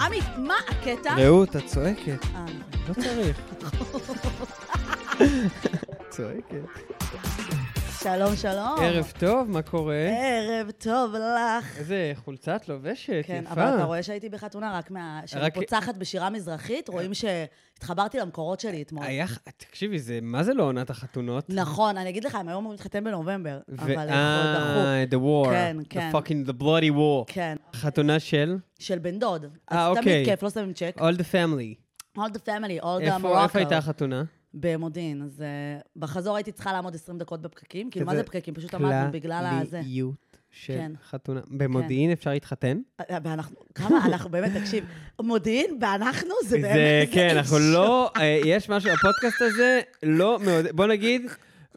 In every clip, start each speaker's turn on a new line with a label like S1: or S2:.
S1: עמית, מה הקטע?
S2: רעות, את צועקת.
S1: אה, נכון.
S2: לא צריך. צועקת.
S1: שלום, שלום.
S2: ערב טוב, מה קורה?
S1: ערב טוב לך.
S2: איזה חולצה את לובשת,
S1: כן,
S2: יפה.
S1: אבל אתה רואה שהייתי בחתונה רק מה... שאני
S2: רק-
S1: פוצחת בשירה מזרחית, רואים שהתחברתי למקורות שלי אתמול.
S2: היה... ח- תקשיבי, זה מה זה לא עונת החתונות?
S1: נכון, אני אגיד לך, הם היו אמורים להתחתן בנובמבר,
S2: ו-
S1: אבל הם עוד דחו.
S2: אה, the war.
S1: כן, כן.
S2: The fucking, the bloody war.
S1: כן,
S2: חתונה של?
S1: של בן דוד.
S2: אה,
S1: אז
S2: אוקיי.
S1: תמיד כיף, לא שמים צ'ק.
S2: All the family.
S1: All the family, all the
S2: איפה איפה הייתה
S1: Morocco.
S2: החתונה?
S1: במודיעין. אז אה, בחזור הייתי צריכה לעמוד 20 דקות בפקקים, כאילו, מה
S2: כזה
S1: זה פקקים? פשוט עמדנו בגלל הזה.
S2: כלליות של
S1: כן.
S2: חתונה. במודיעין אפשר להתחתן?
S1: ואנחנו, כמה אנחנו, באמת, תקשיב, מודיעין ואנחנו, זה באמת...
S2: זה,
S1: זה
S2: כן,
S1: איש.
S2: אנחנו לא, אה, יש משהו, הפודקאסט הזה לא מעודד, בוא נגיד,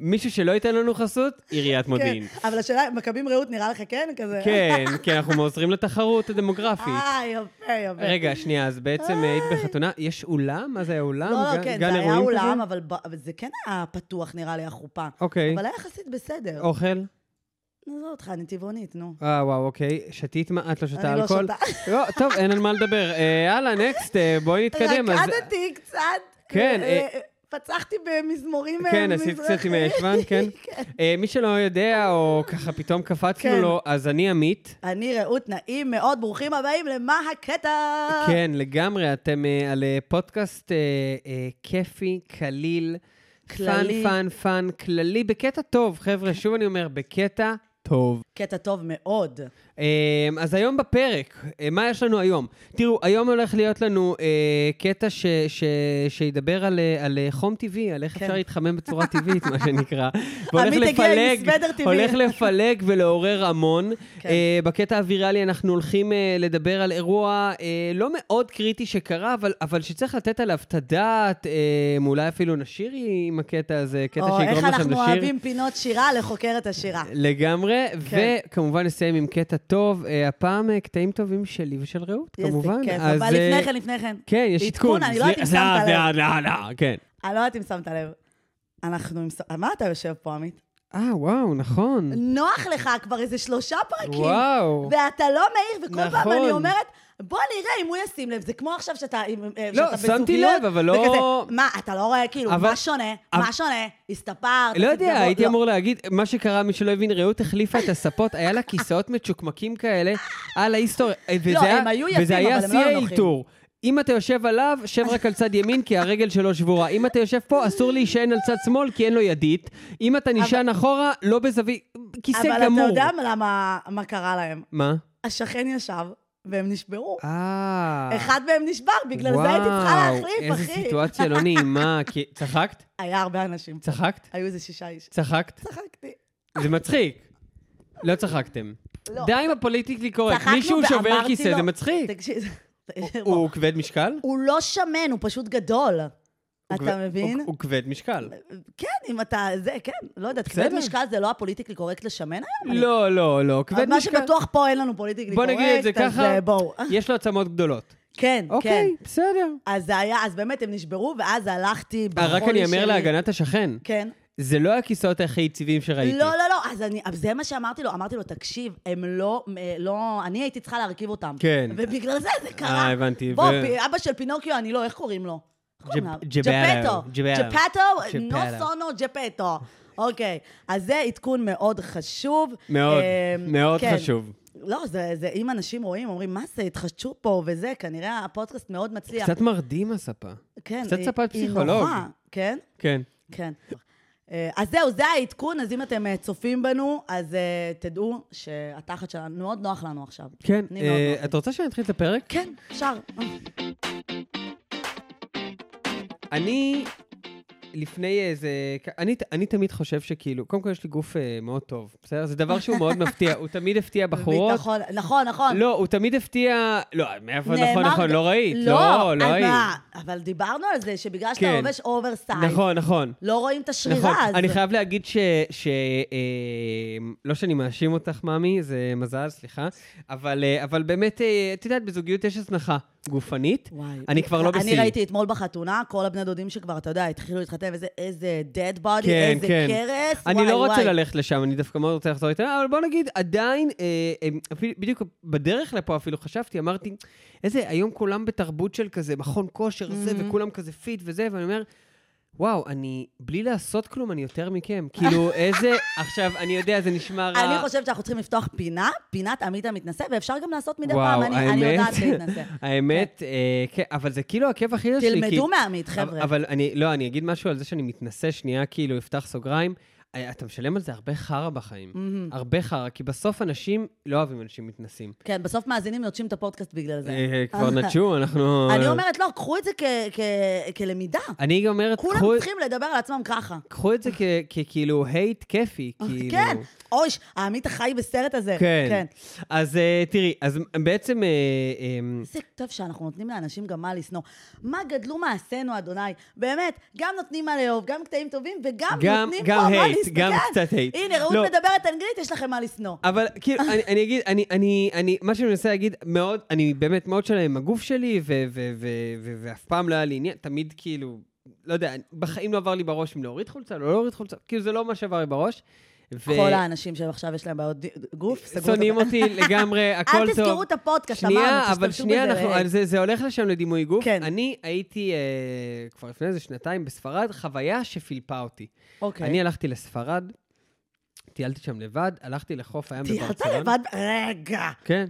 S2: מישהו שלא ייתן לנו חסות, עיריית מודיעין.
S1: כן, אבל השאלה, מכבים רעות נראה לך כן? כזה...
S2: כן, כן, אנחנו עוזרים לתחרות הדמוגרפית.
S1: אה, יפה, יפה.
S2: רגע, שנייה, אז בעצם אה, היית בחתונה, יש אולם? מה זה היה אולם?
S1: לא,
S2: ג-
S1: לא, כן,
S2: גן
S1: זה היה
S2: אירועים
S1: אולם,
S2: כזה?
S1: אבל ב- אבל זה כן היה פתוח, נראה לי, החופה.
S2: אוקיי.
S1: אבל היה יחסית בסדר.
S2: אוכל?
S1: נעזוב אותך, אני טבעונית, נו.
S2: אה, וואו, אוקיי. שתית מה? את לא שותה
S1: אני לא
S2: אלכוהול?
S1: שותה.
S2: לא, טוב, אין על מה לדבר. אה, יאללה, נקסט, בואי נתקדם. אז-
S1: רקדתי קצת.
S2: כן,
S1: אה,
S2: אה,
S1: פצחתי במזמורים אה,
S2: כן, עשית קצת עם הישבן, כן. אה, מי שלא יודע, או ככה פתאום קפצנו
S1: כן.
S2: לו, אז אני עמית.
S1: אני רעות נעים מאוד, ברוכים הבאים למה הקטע?
S2: כן, לגמרי, אתם אה, על אה, פודקאסט אה, אה, כיפי, קליל, פאן,
S1: כללי.
S2: פאן, פאן, כללי, בקטע טוב, חבר'ה, שוב אני אומר, בקטע טוב.
S1: קטע טוב מאוד.
S2: אה, אז היום בפרק, אה, מה יש לנו היום? תראו, היום הולך להיות לנו אה, קטע ש, ש, שידבר על, אה, על אה, חום טבעי, על איך
S1: כן.
S2: אפשר להתחמם בצורה טבעית, מה שנקרא. והולך
S1: עמית הגיע עם
S2: לפלג-
S1: סוודר טבעי.
S2: הולך לפלג ולעורר המון.
S1: כן.
S2: אה, בקטע הוויראלי אנחנו הולכים אה, לדבר על אירוע אה, לא מאוד קריטי שקרה, אבל, אבל שצריך לתת עליו את הדעת, אה, אולי אפילו נשיר עם הקטע הזה, קטע
S1: או
S2: שיגרום לכם לשיר.
S1: איך אנחנו אוהבים פינות שירה לחוקרת השירה.
S2: לגמרי,
S1: כן.
S2: וכמובן נסיים עם קטע טוב, אה, הפעם אה, קטעים טובים שלי ושל רעות,
S1: איזה
S2: כמובן.
S1: כיף,
S2: אז,
S1: אבל
S2: אה,
S1: לפני כן, לפני כן.
S2: כן, יש עדכון.
S1: עדכון, אני לא יודעת אם
S2: זה-
S1: שמת
S2: זה-
S1: לב.
S2: לא, לא, כן.
S1: אני לא יודעת אם שמת לב. אנחנו עם... ס- על מה אתה יושב פה, עמית?
S2: אה, וואו, נכון.
S1: נוח לך כבר איזה שלושה פרקים.
S2: וואו.
S1: ואתה לא מעיר, וכל פעם
S2: נכון.
S1: אני אומרת, בוא נראה אם הוא ישים לב. זה כמו עכשיו שאתה אם- אה,
S2: לא,
S1: שאתה
S2: שמתי לב, אבל לא-
S1: וכזה, מה, אתה לא רואה, כאילו,
S2: אבל-
S1: מה שונה?
S2: אבל-
S1: מה שונה? הסתפרת?
S2: לא
S1: עשית
S2: יודע,
S1: גבוה?"
S2: הייתי
S1: לא.
S2: אמור להגיד, מה שקרה, מי שלא הבין, רעות החליפה את הספות, היה לה כיסאות מצ'וקמקים כאלה, על ההיסטוריה, וזה
S1: לא,
S2: היה-
S1: הם היו יפים,
S2: וזה היה
S1: אבל הם לא
S2: שיא
S1: היו נוחים.
S2: האלתור. אם אתה יושב עליו, שב רק על צד ימין, כי הרגל שלו שבורה. אם אתה יושב פה, אסור להישען על צד שמאל, כי אין לו ידית. אם אתה נשען אחורה, לא בזווית, כיסא גמור.
S1: אבל אתה יודע למה, מה קרה להם?
S2: מה?
S1: השכן ישב, והם נשברו.
S2: אה...
S1: אחד מהם נשבר, בגלל זה הייתי צריכה להחליף,
S2: איזה
S1: אחי.
S2: סיטואציה לא נעימה. כי- צחקת?
S1: היה הרבה אנשים.
S2: צחקת?
S1: היו איזה שישה איש.
S2: צחקת?
S1: צחקתי.
S2: זה מצחיק. לא צחקתם.
S1: לא.
S2: די עם הפוליטיקלי קורקט.
S1: צחקנו
S2: מישהו שובר
S1: ואמרתי
S2: כיסא,
S1: לו-
S2: זה מצחיק.
S1: תקשיב,
S2: הוא כבד משקל?
S1: הוא לא שמן, הוא פשוט גדול.
S2: הוא
S1: אתה
S2: כבד-
S1: מבין?
S2: הוא- הוא כבד משקל.
S1: כן, אם אתה... זה, כן, לא יודעת. כבד
S2: בסדר.
S1: משקל זה לא הפוליטיקלי קורקט לשמן היום? אני-
S2: לא, לא, לא,
S1: אבל
S2: כבד
S1: מה
S2: משקל.
S1: שבטוח פה אין לנו פוליטיקלי
S2: בוא
S1: קורקט,
S2: נגיד את זה
S1: אז,
S2: ככה.
S1: אה, בואו.
S2: יש לו עצמות גדולות.
S1: כן, כן.
S2: אוקיי, בסדר.
S1: אז זה היה, אז באמת הם נשברו, ואז הלכתי
S2: אה,
S1: בחולי
S2: רק
S1: שלי.
S2: אני אמר להגנת השכן,
S1: כן.
S2: זה לא הכיסאות הכי יציבים שראיתי.
S1: לא, לא, לא, אז אני, אז זה מה שאמרתי לו, אמרתי לו, תקשיב, הם לא, אה, לא, אני הייתי צריכה להרכיב אותם.
S2: כן.
S1: ובגלל זה זה קרה.
S2: אה, הבנתי,
S1: בוא,
S2: ו-
S1: פ- אבא של פינוקיו, אני לא, איך קוראים לו? איך קוראים
S2: ג'פ-
S1: לו?
S2: ג'פטו, ג'פטו.
S1: ג'פטו,
S2: ג'פטו.
S1: נו סונו ג'פטו. אוקיי, אז זה עדכון מאוד חשוב.
S2: מאוד,
S1: אמ,
S2: מאוד
S1: כן.
S2: חשוב.
S1: לא, זה, זה, אם אנשים רואים, אומרים, מה זה, התחדשו פה וזה, כנראה הפודקאסט מאוד מצליח.
S2: קצת מרדים הספה.
S1: כן,
S2: קצת
S1: היא-
S2: ספת
S1: היא
S2: פסיכולוג.
S1: נורא, כן?
S2: כן.
S1: כן. אה, אז זהו, זה העדכון, אז אם אתם אה, צופים בנו, אז אה, תדעו שהתחת שלנו, מאוד נוח לנו עכשיו.
S2: כן,
S1: אני מאוד
S2: אה,
S1: נוח לי.
S2: את רוצה שנתחיל את הפרק?
S1: כן, אפשר. אה,
S2: אני, לפני איזה... אני, אני תמיד חושב שכאילו, קודם כל יש לי גוף אה, מאוד טוב, בסדר? זה דבר שהוא מאוד מפתיע, הוא תמיד הפתיע בחורות.
S1: ביטחון, נכון, נכון.
S2: לא, הוא תמיד הפתיע... לא, מאיפה נכון,
S1: נאמר-
S2: נכון, לא ראית. לא, לא
S1: אז
S2: היית.
S1: מה, אבל דיברנו על זה שבגלל שאתה
S2: כן.
S1: לובש אוברסייז,
S2: נכון, נכון.
S1: לא רואים את
S2: נכון,
S1: השרירה, אז...
S2: אני חייב להגיד ש... ש אה, לא שאני מאשים אותך, מאמי, זה מזל, סליחה, אבל, אה, אבל באמת, אה, את יודעת, בזוגיות יש הזנחה. גופנית.
S1: וואי.
S2: אני כבר לא
S1: אני
S2: בשיאי.
S1: ראיתי אתמול בחתונה, כל הבני דודים שכבר, אתה יודע, התחילו להתחתן, וזה איזה dead body,
S2: כן,
S1: איזה
S2: כן.
S1: אה, קרס, וואי,
S2: אני לא רוצה
S1: וואי.
S2: ללכת לשם, אני דווקא מאוד רוצה לחזור איתה, אבל בוא נגיד, עדיין, אה, הם- אפילו- בדיוק בדרך לפה אפילו חשבתי, אמרתי, איזה, היום כולם בתרבות של כזה, מכון כושר, זה,
S1: Mm-hmm.
S2: וכולם כזה פיט וזה, ואני אומר, וואו, אני, בלי לעשות כלום, אני יותר מכם. כאילו, איזה, עכשיו, אני יודע, זה נשמע רע.
S1: אני חושבת שאנחנו צריכים לפתוח פינה, פינת עמית המתנשא, ואפשר גם לעשות מדי
S2: וואו,
S1: פעם, אני אני יודעת להתנשא.
S2: האמת, אה, כן, אבל זה כאילו עקב אכילס שלי. כי-
S1: תלמדו מעמית,
S2: אבל-
S1: חבר'ה.
S2: אבל אני, לא, אני אגיד משהו על זה שאני מתנשא שנייה, כאילו, אפתח סוגריים. אה, אתה משלם על זה הרבה חרא בחיים.
S1: מהמם.
S2: הרבה חרא, כי בסוף אנשים לא אוהבים אנשים מתנסים.
S1: כן, בסוף מאזינים נוטשים את הפודקאסט בגלל זה.
S2: אה, כבר נטשו, אנחנו...
S1: אני אומרת, לא, קחו את זה כ- כ- כלמידה.
S2: אני גם אומרת,
S1: כולם
S2: קחו-
S1: צריכים לדבר על עצמם ככה.
S2: קחו את זה כ- ככאילו הייט כיפי, כאילו.
S1: כן, אוי, ש- העמית החי בסרט הזה.
S2: כן. אז אה, תראי, אז בעצם... אה, אה,
S1: זה טוב שאנחנו נותנים לאנשים גם מה לשנוא. מה גדלו מעשינו, אדוני? באמת, גם נותנים מה לאהוב, גם קטעים טובים, וגם
S2: גם-
S1: נותנים
S2: גם
S1: פה מה
S2: hate,
S1: לשנוא.
S2: גם
S1: כן.
S2: קצת hate.
S1: הנה, רעות
S2: לא.
S1: מדברת אנגלית, יש לכם מה לשנוא.
S2: אבל כאילו, אני, אני אגיד, אני, אני, אני, מה שאני מנסה להגיד, מאוד, אני באמת מאוד שלם עם הגוף שלי, ו, ו, ו, ו, ואף פעם לא היה לי עניין, תמיד כאילו, לא יודע, בחיים לא עבר לי בראש אם להוריד חולצה, לא להוריד חולצה, כאילו זה לא מה שעבר לי בראש. ו...
S1: כל האנשים שעכשיו יש להם בעיות ד- גוף, סגרו את
S2: שונאים
S1: הפ-
S2: אותי לגמרי, הכל טוב.
S1: אל תזכרו את הפודקאסט, אמרנו,
S2: שנייה,
S1: תשתמשו
S2: אבל
S1: בזה,
S2: שנייה, אנחנו,
S1: ראם.
S2: על זה, זה הולך לשם לדימוי גוף.
S1: כן.
S2: אני הייתי אה, כבר לפני איזה שנתיים בספרד, חוויה שפילפה אותי.
S1: אוקיי.
S2: אני הלכתי לספרד, טיילתי שם לבד, הלכתי לחוף הים בברצלונה.
S1: טיילת לבד? רגע,
S2: כן.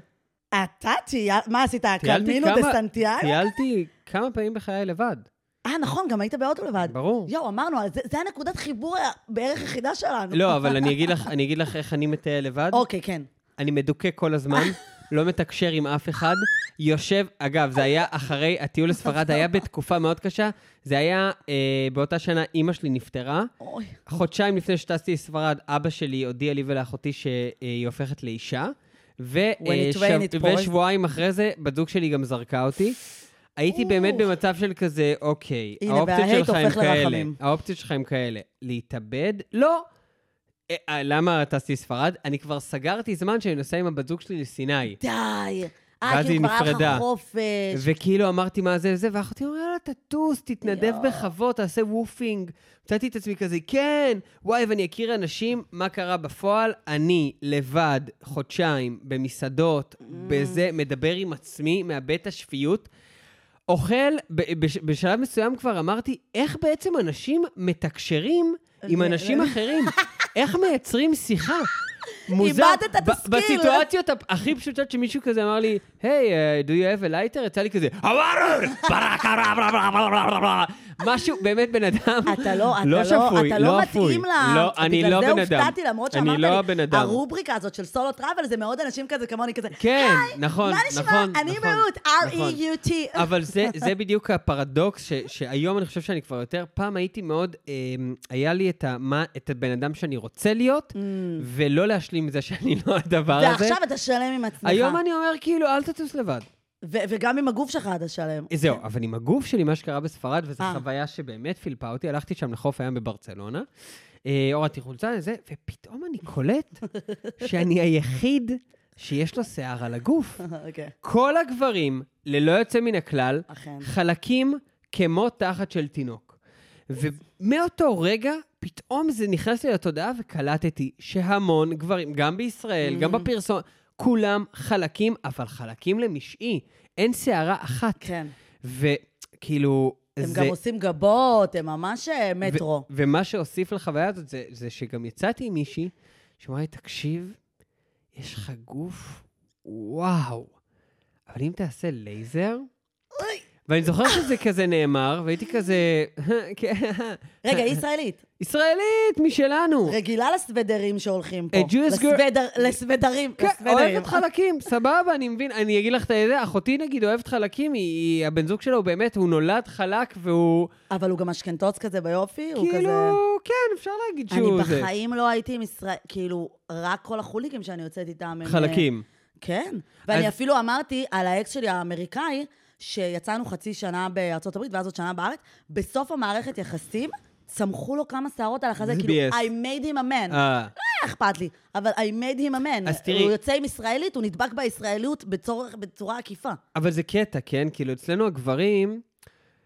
S1: אתה טיילת, מה עשית?
S2: טיילתי
S1: קלמינו
S2: כמה-
S1: דה סנטיאגו?
S2: טיילתי כמה פעמים בחיי לבד,
S1: אה, נכון, גם היית באוטו לבד.
S2: ברור.
S1: יואו, אמרנו, אז זה- זה הנקודת חיבור בערך היחידה שלנו.
S2: לא, אבל אני אגיד לך, אני אגיד לך איך אני מטייל לבד.
S1: אוקיי, כן.
S2: אני מדוכא כל הזמן, לא מתקשר עם אף אחד. יושב, אגב, זה היה אחרי הטיול לספרד, היה בתקופה מאוד קשה. זה היה אה, באותה שנה, אימא שלי נפטרה.
S1: אוי.
S2: חודשיים לפני שטסתי לספרד, אבא שלי הודיע לי ולאחותי שהיא הופכת לאישה. ו-
S1: When it
S2: אה,
S1: rain, it pours.
S2: ושבועיים אחרי זה, בת זוג שלי גם זרקה אותי. הייתי באמת
S1: אוח.
S2: במצב של כזה, אוקיי,
S1: הנה,
S2: האופציות
S1: וההייט
S2: שלך הם
S1: הופך
S2: כאלה.
S1: לרחמים.
S2: האופציות שלך הם כאלה. להתאבד? לא. אה, אה, למה טסתי לספרד? אני כבר סגרתי זמן שאני נוסע עם הבת זוג שלי לסיני.
S1: די. אה,
S2: ואז
S1: כאילו
S2: היא
S1: כבר היה
S2: נפרדה.
S1: לך אה, חופש.
S2: וכאילו אמרתי מה זה וזה, ואחותי אומרת, יאללה, תטוס, תתנדב
S1: יואו.
S2: בכבוד, תעשה וופינג. מצאתי את עצמי כזה, כן, וואי, ואני אכיר אנשים, מה קרה בפועל? אני לבד, חודשיים, במסעדות, בזה, מדבר עם עצמי, מאבד את השפיות. אוכל, ב- בש- בשלב מסוים כבר אמרתי, איך בעצם אנשים מתקשרים עם
S1: ל-
S2: אנשים
S1: ל-
S2: אחרים? איך מייצרים שיחה? מוזר.
S1: איבדת את
S2: ב-
S1: הסקיל.
S2: בסיטואציות הפ- הכי פשוטות שמישהו כזה אמר לי, היי, אה, do you have a lighter? יצא לי כזה, "הווארר! ברקה, רב, רב, רב, רב, רב, רב, רב." משהו, באמת בן אדם
S1: אתה לא, אתה
S2: לא
S1: לא,
S2: שפוי,
S1: אתה
S2: לא
S1: לא
S2: אפוי.
S1: מתאים ל...
S2: לא, אני לא בן
S1: בגלל זה
S2: אדם.
S1: הופתעתי, למרות
S2: אני
S1: שאמרת
S2: לא
S1: לי,
S2: הבן אדם.
S1: הרובריקה הזאת של סולו טראבל זה מאוד אנשים כזה כמוני, כזה,
S2: כן, נכון,
S1: מה
S2: נכון,
S1: נשמע? אני E
S2: נכון,
S1: רעות,
S2: נכון.
S1: R-E-U-T.
S2: אבל זה, זה בדיוק הפרדוקס, ש, שהיום אני חושב שאני כבר יותר, פעם הייתי מאוד, אה, היה לי את, ה, מה, את הבן אדם שאני רוצה להיות, ולא להשלים עם זה שאני לא הדבר הזה.
S1: Mm. ועכשיו אתה שלם עם עצמך.
S2: היום אני אומר, כאילו, אל תטוס לבד.
S1: ו- וגם עם הגוף שלך אתה שלם.
S2: אה, זהו, אבל עם הגוף שלי, מה שקרה בספרד, וזו
S1: אה.
S2: חוויה שבאמת פילפה אותי, הלכתי שם לחוף הים בברצלונה, אה, הורדתי חולצה וזה, ופתאום אני קולט שאני היחיד שיש לו שיער על הגוף.
S1: אוקיי,
S2: כל הגברים, ללא יוצא מן הכלל,
S1: אכן.
S2: חלקים כמו תחת של תינוק. ומאותו רגע, פתאום זה נכנס לי לתודעה וקלטתי שהמון גברים, גם בישראל, גם
S1: Mm.
S2: בפרסום, כולם חלקים, אבל חלקים למשעי. אין שערה אחת.
S1: כן.
S2: וכאילו,
S1: הם
S2: זה...
S1: גם עושים גבות, הם ממש אה, מטרו.
S2: ו- ומה שהוסיף לחוויה הזאת זה, זה שגם יצאתי עם מישהי שאמרה לי, תקשיב, יש לך גוף, וואו. אבל אם תעשה לייזר...
S1: אוי.
S2: ואני זוכר שזה כזה נאמר, והייתי כזה... כן.
S1: רגע, היא ישראלית.
S2: ישראלית, משלנו.
S1: רגילה לסוודרים שהולכים פה.
S2: A Jewish girl-
S1: לסוודר- לסוודרים.
S2: כן,
S1: לסוודרים.
S2: אוהבת חלקים, סבבה, אני מבין. אני אגיד לך את זה, אחותי נגיד אוהבת חלקים, היא- היא, הבן זוג שלה הוא באמת, הוא נולד חלק והוא...
S1: אבל הוא גם אשכנתוץ כזה ביופי, הוא
S2: כאילו,
S1: כזה...
S2: כן, אפשר להגיד
S1: אני
S2: שהוא זה.
S1: בחיים לא הייתי עם ישראל, כאילו, רק כל החוליקים שאני יוצאת איתם הם...
S2: חלקים.
S1: אה, כן. ואני
S2: אז-
S1: אפילו אמרתי על האקס שלי האמריקאי, שיצאנו חצי שנה בארצות הברית ואז עוד שנה בארץ, בסוף המערכת יחסים, צמחו לו כמה שערות על החזה,
S2: זה
S1: כאילו,
S2: BS.
S1: I made him a man.
S2: אה.
S1: מה אכפת לי? אבל I made him a man.
S2: אז תראי-
S1: הוא יוצא עם ישראלית, הוא נדבק בישראליות בצורך, בצורה עקיפה.
S2: אבל זה קטע, כן? כאילו, אצלנו הגברים,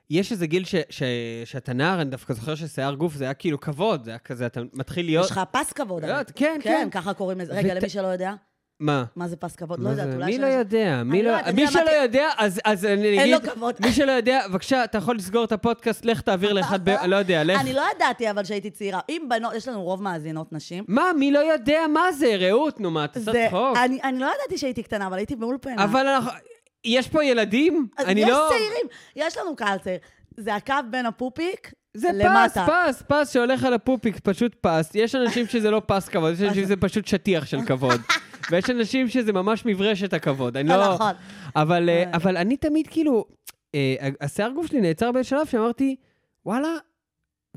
S2: יש איזה גיל ש, ש, שאתה נער, אני דווקא זוכר ששיער גוף זה היה כאילו כבוד, זה היה כזה, אתה מתחיל להיות...
S1: יש לך פס כבוד.
S2: לא,
S1: הרי.
S2: כן, כן.
S1: כן, ככה קוראים לזה. רגע,
S2: ות-
S1: למי שלא יודע,
S2: מה?
S1: מה זה פס כבוד?
S2: מה
S1: לא יודעת,
S2: זה?
S1: אולי...
S2: מי
S1: יש
S2: לא
S1: אנשים-
S2: יודע? מי
S1: אני
S2: לא-
S1: לא יודעת,
S2: מי
S1: אתה יודע
S2: שלא
S1: מה-
S2: יודע, אז- אז אני אגיד...
S1: לו כבוד.
S2: מי שלא יודע, בבקשה, אתה יכול לסגור את הפודקאסט, לך תעביר לאחד ב... לא יודע, לך.
S1: אני לא ידעתי אבל שהייתי צעירה. אם בנות, יש לנו רוב מאזינות נשים.
S2: מה, מי לא יודע מה זה? רעות, נו, מה, אתה עושה
S1: זה-
S2: צחוק?
S1: אני- אני לא ידעתי שהייתי קטנה, אבל הייתי באולפנה.
S2: אבל אנחנו... יש פה ילדים?
S1: אז
S2: אני
S1: יש
S2: לא...
S1: צעירים, יש לנו קהל צעיר. זה הקו בין הפופיק
S2: זה פס,
S1: למטה.
S2: פס, פס שהולך על הפופיק, פשוט פס. יש אנשים שזה לא פס כבוד, יש אנשים שזה פשוט שטיח של כבוד. ויש אנשים שזה ממש מברשת הכבוד, אני לא...
S1: נכון.
S2: אבל, אה,
S1: אה.
S2: אבל אני תמיד כאילו, אה, השיער גוף שלי נעצר בשלב שאמרתי, וואלה,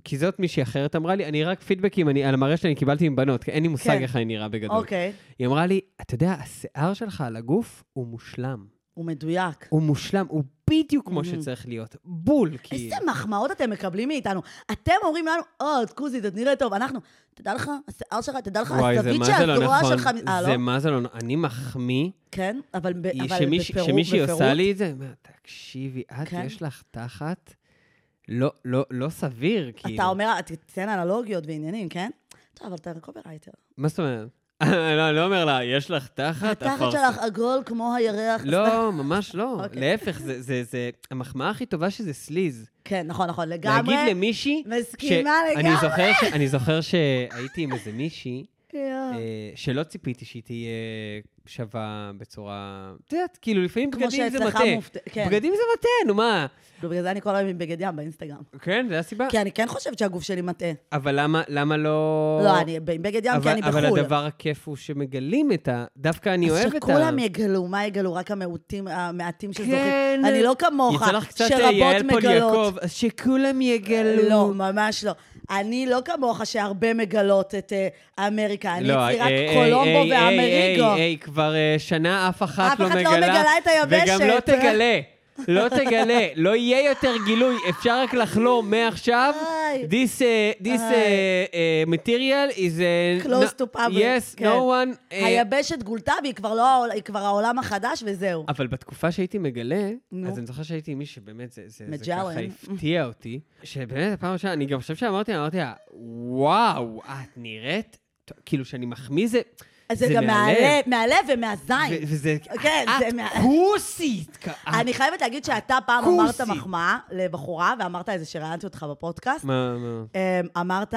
S2: כי זאת מישהי אחרת אמרה לי, אני רק פידבקים אני, על המראה שאני קיבלתי עם בנות, כי אין לי מושג
S1: כן.
S2: איך אני נראה בגדול.
S1: אוקיי,
S2: היא אמרה לי, אתה יודע, השיער שלך על הגוף הוא מושלם.
S1: הוא מדויק.
S2: הוא מושלם, הוא בדיוק כמו
S1: Mhm.
S2: שצריך להיות. בול, כאילו.
S1: איזה מחמאות אתם מקבלים מאיתנו. אתם אומרים לנו, "אה, או, קוזי, את נראית טוב. אנחנו, תדע לך, השיער שלך, תדע לך,
S2: וואי, זה
S1: הזווית
S2: מה
S1: של
S2: זה לא
S1: הזרוע
S2: נכון.
S1: שלך... מ- אה, לא?
S2: זה מה זה לא נכון. אני מחמיא
S1: כן, אבל ב- אבל
S2: שמיש-
S1: בפירוט-
S2: שמישהי
S1: בפירוט-
S2: עושה לי את זה, אומר, תקשיבי, את,
S1: כן.
S2: יש לך תחת לא- לא לא סביר, כאילו.
S1: אתה אומר, תציין אנלוגיות ועניינים, כן? טוב, אבל אתה קוברייטר.
S2: מה זאת אומרת? לא, אני לא אומר לה, יש לך תחת?
S1: התחת
S2: אפרסק."
S1: שלך עגול כמו הירח.
S2: לא, ממש לא.
S1: אוקיי.
S2: להפך, זה- זה זה- המחמאה הכי טובה שזה סליז.
S1: כן, נכון, נכון, לגמרי.
S2: להגיד למישהי...
S1: מסכימה
S2: ש- אני
S1: לגמרי.
S2: זוכר ש- אני זוכר שהייתי עם איזה מישהי,
S1: יואו.
S2: אה, שלא ציפיתי שהיא תהיה שווה בצורה... את יודעת, כאילו, לפעמים
S1: כמו
S2: בגדים זה
S1: שאצלך
S2: מטה.
S1: מופת- כן.
S2: בגדים זה מטה, נו מה?
S1: לא, בגלל זה אני כל היום עם בגד ים באינסטגרם.
S2: כן, זה הסיבה.
S1: כי אני כן חושבת שהגוף שלי מטעה.
S2: אבל למה- למה לא...
S1: לא, אני עם בגד ים כי
S2: אבל-
S1: אני בחו"ל.
S2: אבל הדבר הכיף הוא שמגלים את ה... דווקא אני
S1: אז
S2: אוהב את ה...
S1: שכולם יגלו, מה יגלו? רק המעוטים, המעטים
S2: כן.
S1: שזוכרים. אני לא כמוך,
S2: יצא לך קצת אה,
S1: שרבות
S2: יעל
S1: מגלות.
S2: פוליאקוב, אז שכולם יגלו.
S1: לא, ממש לא. אני לא כמוך שהרבה מגלות את אה, אמריקה. אני
S2: לא,
S1: אצלי רק
S2: אה, אה,
S1: קולומבו
S2: אה, אה,
S1: ואמריגו.
S2: אה, אה, כבר אה, שנה אף אחת לא מגלה.
S1: אף אחת לא מגלה את היבשת.
S2: וגם לא תגלה. לא תגלה. לא יהיה יותר גילוי. אפשר רק לחלום מעכשיו.
S1: איי.
S2: This, uh, this uh,
S1: איי.
S2: uh, material is... Uh,
S1: Close
S2: no-
S1: to public,
S2: Yes,
S1: כן.
S2: no one... Uh,
S1: היבשת גולתה והיא כבר לא העול- היא כבר העולם החדש וזהו.
S2: אבל בתקופה שהייתי מגלה,
S1: נו.
S2: אז אני זוכר שהייתי עם מישהי, באמת, זה, זה, זה
S1: מג'לן.
S2: ככה הפתיע אותי, שבאמת, הפעם הראשונה, אני גם חושב שאמרתי, לה, אמרתי לה, וואו, את נראית, טוב", כאילו, שאני מחמיא זה,
S1: אז זה גם מהלב, מהלב
S2: ו- אה.
S1: ומהזין.
S2: וזה,
S1: כן, זה
S2: את
S1: מה-
S2: כוסית, כ- את-
S1: אני חייבת להגיד שאתה פעם
S2: כוסית.
S1: אמרת מחמאה לבחורה, ואמרת את זה שראיינתי אותך בפודקאסט.
S2: מה, מה?
S1: אמ, אמרת,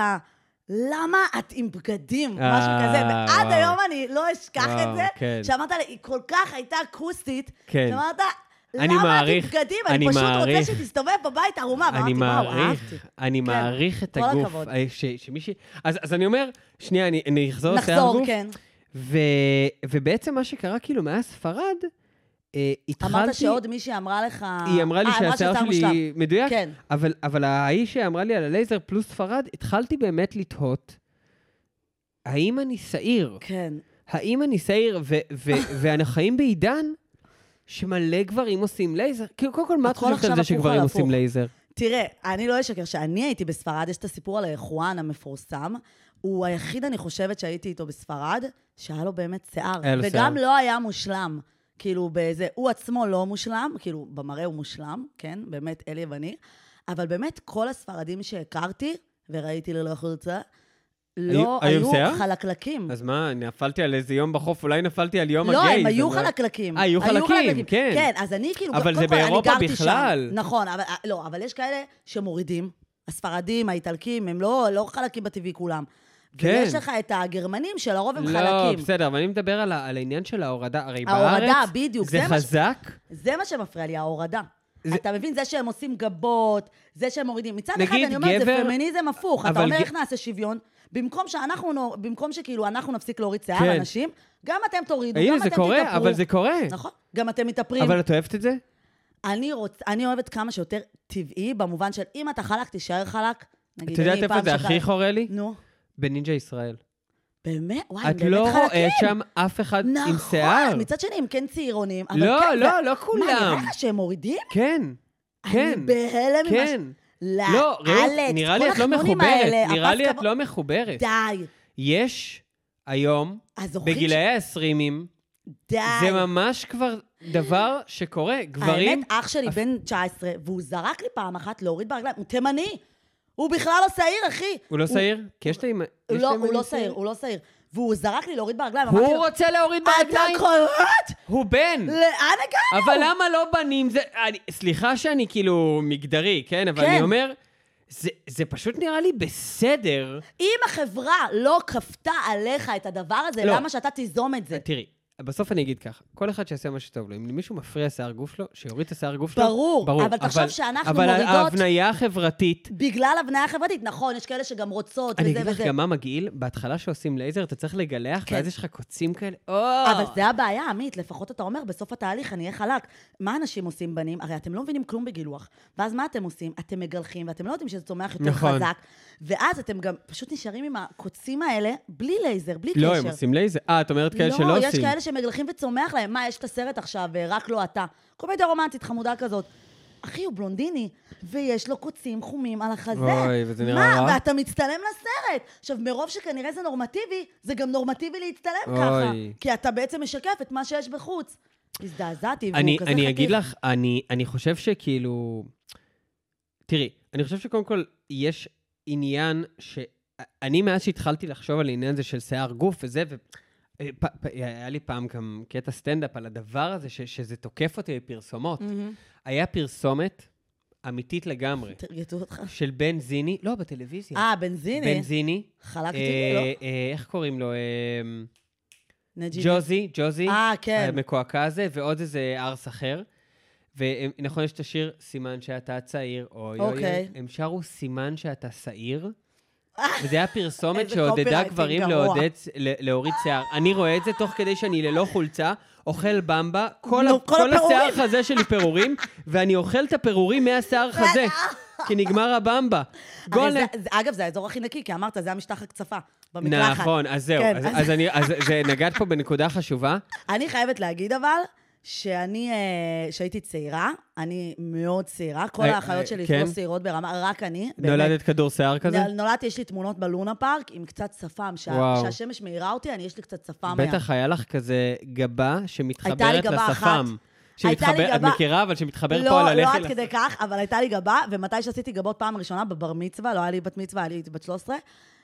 S1: למה את עם בגדים? משהו
S2: אה,
S1: כזה, ועד
S2: וואו.
S1: היום אני לא אשכח
S2: וואו,
S1: את זה,
S2: כן.
S1: שאמרת לי, היא כל כך הייתה אקוסטית,
S2: כן.
S1: שאמרת,
S2: אני
S1: למה את עם
S2: מעריך,
S1: בגדים?
S2: אני
S1: אני פשוט רוצה
S2: מעריך.
S1: שתסתובב בבית ערומה.
S2: אני
S1: ואמרתי, וואו,
S2: מעריך,
S1: אהבתי.
S2: אני
S1: כן,
S2: מעריך את
S1: כל
S2: הגוף.
S1: הכבוד.
S2: אה, ש- שמישהי... אז אז אני אומר, שנייה, אני- אני אחזור לשיער
S1: נחזור,
S2: גוף.
S1: כן.
S2: ו- ובעצם מה שקרה, כאילו, מאז ספרד, אה, התחלתי...
S1: אמרת שעוד מישהי אמרה לך...
S2: היא אמרה לי
S1: אה,
S2: שהשיער
S1: שהשיער
S2: שלי
S1: מושלם.
S2: מדויק,
S1: כן.
S2: אבל, אבל האיש שאמרה לי על הלייזר פלוס ספרד, התחלתי באמת לתהות, האם אני שעיר?
S1: כן.
S2: האם אני שעיר? ו- ו- ואנחנו חיים בעידן שמלא גברים עושים לייזר. כאילו, קודם כל, מה את
S1: הכל
S2: חושבת על
S1: עכשיו
S2: זה
S1: הפוך על
S2: שגברים עושים
S1: הפוך.
S2: לייזר?
S1: תראה, אני לא אשקר שאני הייתי בספרד, יש את הסיפור על האיחואן המפורסם. הוא היחיד, אני חושבת, שהייתי איתו בספרד, שהיה לו באמת שיער.
S2: היה לו
S1: וגם
S2: שיער.
S1: לא היה מושלם. כאילו, באיזה... הוא עצמו לא מושלם, כאילו, במראה הוא מושלם, כן? באמת, אלי ואני. אבל באמת, כל הספרדים שהכרתי, וראיתי ללא חולצה, לא
S2: היו עם
S1: היו,
S2: שיער?
S1: חלקלקים.
S2: אז מה, נפלתי על איזה יום בחוף, אולי נפלתי על יום
S1: לא,
S2: הגיי.
S1: הם
S2: זה
S1: היו
S2: מה-
S1: חלקלקים.
S2: אה, היו חלקים, כן.
S1: כן, אז אני כאילו...
S2: אבל
S1: קודם
S2: זה
S1: כל, אני
S2: באירופה
S1: גרתי שם.
S2: בכלל.
S1: נכון, אבל לא, אבל יש כאלה שמורידים. הספרדים, האיטלקים, הם לא לא חלקים בטבעי כולם.
S2: כן.
S1: ויש לך את הגרמנים שלרוב הם
S2: לא,
S1: חלקים.
S2: בסדר, אבל אני מדבר על ה- על העניין של ההורדה. הרי
S1: ההורדה,
S2: בארץ
S1: בדיוק,
S2: זה
S1: זה מה ש-
S2: חזק.
S1: זה מה שמפריע לי, ההורדה.
S2: זה-
S1: אתה מבין? זה שהם עושים גבות, זה שהם מורידים. מצד אחד,
S2: נגיד,
S1: אני אומרת, זה
S2: גבר-
S1: פמיניזם הפוך. אתה
S2: אבל
S1: אומר,
S2: ג-
S1: איך נעשה שוויון? במקום שאנחנו, נו- במקום שכאילו אנחנו נפסיק להוריד שיער,
S2: כן.
S1: אנשים, גם אתם תורידו, גם
S2: הנה,
S1: אתם
S2: זה
S1: תתאפרו.
S2: קורה, אבל זה קורה.
S1: נכון, גם אתם מתאפרים.
S2: אבל את אוהבת את זה?
S1: אני, רוצ... אני אוהבת כמה שיותר טבעי, במובן של אם אתה חלק, תישאר חלק. נגיד,
S2: את יודעת
S1: אני
S2: איפה
S1: פעם
S2: זה
S1: שחל-
S2: הכי חורה לי?
S1: נו,
S2: בנינג'ה ישראל.
S1: באמת? וואי, הם
S2: את
S1: באמת
S2: לא
S1: חלקים.
S2: רואה שם אף אחד עם שיער.
S1: נכון, מצד שני, הם כן צעירונים. אבל
S2: לא,
S1: כן,
S2: לא,
S1: ו-
S2: לא
S1: מה,
S2: כולם.
S1: נראה לך שהם מורידים?
S2: כן, כן,
S1: אני בהלם ממה ש...
S2: כן. לא, רעות,
S1: אה, אלכס,
S2: נראה
S1: כל
S2: לי את לא
S1: החנונים
S2: מחוברת.
S1: האלה,
S2: נראה לא
S1: הפס
S2: לי את
S1: כבוד-
S2: לא מחוברת.
S1: די.
S2: יש היום,
S1: הזוכית...
S2: בגילאי העשרימים,
S1: די.
S2: זה ממש כבר דבר שקורה. גברים...
S1: האמת, אח שלי בן 19, והוא זרק לי פעם אחת להוריד ברגליים, הוא תימני. הוא בכלל לא שעיר, אחי.
S2: הוא לא שעיר? כי יש את האימא...
S1: הוא לא- הוא לא שעיר, הוא לא שעיר. והוא זרק לי להוריד ברגליים, אמרתי לו,
S2: הוא רוצה להוריד
S1: אתה
S2: ברגליים?
S1: קוראת?
S2: הוא בן!
S1: לאן הגענו?
S2: אבל למה לא בנים? זה... אני- סליחה שאני כאילו מגדרי, כן? אבל
S1: כן.
S2: אני אומר... זה, זה פשוט נראה לי בסדר.
S1: אם החברה לא כפתה עליך את הדבר הזה,
S2: לא.
S1: למה שאתה תיזום את זה?
S2: תרארי, בסוף אני אגיד ככה, כל אחד שיעשה מה שטוב לו. אם למישהו מפריע שיער גוף שלו, שיוריד את השיער גוף שלו.
S1: ברור, אבל תחשוב שאנחנו
S2: אבל
S1: מורידות-
S2: אבל ההבניה החברתית,
S1: בגלל הבניה חברתית, נכון, יש כאלה שגם רוצות,
S2: אני
S1: וזה
S2: אגיד לך
S1: וזה.
S2: גם מה מגעיל, בהתחלה שעושים לייזר, אתה צריך לגלח,
S1: כן.
S2: ואז יש לך קוצים כאלה. או!
S1: אבל זה הבעיה, עמית, לפחות אתה אומר, בסוף התהליך אני אהיה חלק. מה אנשים עושים בנים? הרי אתם לא מבינים כלום בגילוח. ואז מה אתם עושים? אתם מגלחים, ואתם לא יודעים שזה צומח יותר
S2: נכון.
S1: חזק. ואז אתם גם פשוט נשארים עם הקוצים האלה, בלי לייזר, בלי קשר.
S2: לא, הם עושים לייזר. אה, את אומרת כאלה שלא
S1: לא,
S2: עושים.
S1: יש כאלה שמגלחים וצומח להם. מה, יש את הסרט עכשיו, אה, רק לא אתה. קומדיה רומנטית חמודה כזאת. אחי, הוא בלונדיני, ויש לו קוצים חומים על החזה.
S2: אוי, וזה נראה
S1: מה,
S2: רע.
S1: ואתה מצטלם לסרט. עכשיו, מרוב שכנראה זה נורמטיבי, זה גם נורמטיבי להצטלם
S2: אוי.
S1: ככה. כי אתה בעצם משקף את מה שיש בחוץ. הזדעזעתי, והוא
S2: אני,
S1: כזה
S2: אני
S1: חתיך.
S2: אגיד לך, אני, אני חושב שכאילו... תראי, אני חושב שקודם כל יש עניין ש... אני מאז שהתחלתי לחשוב על העניין הזה של שיער גוף וזה, ו... אה, פ, פ, היה לי פעם גם קטע סטנדאפ על הדבר הזה, ש, שזה תוקף אותי בפרסומות.
S1: מהמם.
S2: היה פרגומת אמיתית לגמרי,
S1: תרגטו אותך.
S2: של בן זיני, לא, בטלוויזיה.
S1: אה, בנזיני.
S2: בן זיני.
S1: חלקתי, לא?
S2: אה, אה, איך קוראים לו? אה,
S1: נג'יב.
S2: ג'וזי, ג'וזי.
S1: אה, כן.
S2: המקועקע הזה, ועוד איזה ארס אחר. ונכון, יש את השיר סימן שאתה צעיר, אוי אוי
S1: אוקיי. אה,
S2: אוי. הם שרו סימן שאתה שעיר. וזה היה פרסומת
S1: איזה
S2: שעודדה
S1: קופירייטינג
S2: גברים
S1: גרוע.
S2: לעודד, ל- להוריד שיער. אני רואה את זה תוך כדי שאני ללא חולצה, אוכל במבה, כל, ה-
S1: נו, כל
S2: כל השיער
S1: הפירורים.
S2: חזה שלי פירורים, ואני אוכל את הפירורים מהשיער חזה, כי נגמר הבמבה.
S1: הרי
S2: גול,
S1: אה. זה- זה- אגב, זה האזור הכי נקי, כי אמרת, זה המשטח הקצפה. במקלחת.
S2: נכון, אז זהו.
S1: כן,
S2: אז- אז אני- אז זה- נגעת פה בנקודה חשובה.
S1: אני חייבת להגיד אבל, שאני, אה, שהייתי צעירה, אני מאוד צעירה, כל
S2: אה,
S1: האחיות
S2: אה,
S1: שלי
S2: כן?
S1: לא צעירות ברמה, רק אני. באמת.
S2: נולדת כדור שיער כזה?
S1: נ- נולדתי, יש לי תמונות בלונה פארק עם קצת שפם.
S2: וואו.
S1: כשהשמש מאירה אותי, אני, יש לי קצת שפם. היה.
S2: בטח היה לך כזה גבה
S1: הייתה לי
S2: שמתחברת
S1: גבה
S2: לשפם.
S1: אחת.
S2: שמתחבר-
S1: הייתה לי
S2: את
S1: גבה-
S2: מכירה, אבל שמתחברת פה על
S1: לא,
S2: הלחי.
S1: לא עד
S2: לש-
S1: כדי כך, אבל הייתה לי גבה, ומתי שעשיתי גבות פעם ראשונה, בבר מצווה, לא היה לי בת מצווה, היה לי הייתי בת 13,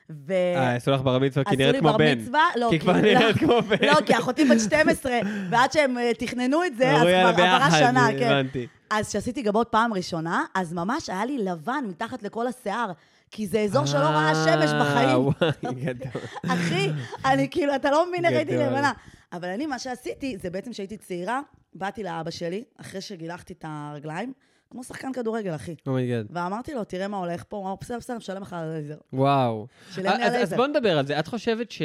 S1: ו...
S2: אה, עשו לך בר מצווה כי
S1: עשו
S2: נראית
S1: לי
S2: כמו
S1: בר
S2: בן.
S1: מצווה, לא,
S2: כי
S1: כי-
S2: כבר
S1: לא.
S2: נראית כמו בן.
S1: לא, כי אחותי בת 12, ועד שהם אה, תכננו את זה, אז
S2: אמרו,
S1: כבר
S2: "יאללה,
S1: עברה
S2: ביחד",
S1: שנה, כן.
S2: הבנתי.
S1: אז כשעשיתי גבות פעם ראשונה, אז ממש היה לי לבן מתחת לכל השיער, כי זה אזור שלא ראה שמש
S2: אה,
S1: בחיים.
S2: וואי, גדול.
S1: אחי, אני כאילו, אתה לא מבין איך הייתי
S2: גדול.
S1: לבנה. אבל אני, מה שעשיתי, זה בעצם כשהייתי צעירה, באתי לאבא שלי, אחרי שגילחתי את הרגליים, כמו שחקן כדורגל, אחי.
S2: אומייגאד.
S1: ואמרתי לו, תראה מה הולך פה, הוא אמר, בסדר, בסדר, משלם לך על הלייזר.
S2: וואו.
S1: שילם לי
S2: אה, אז-
S1: על
S2: אז
S1: לייזר.
S2: בואו נדבר על זה. את חושבת ש...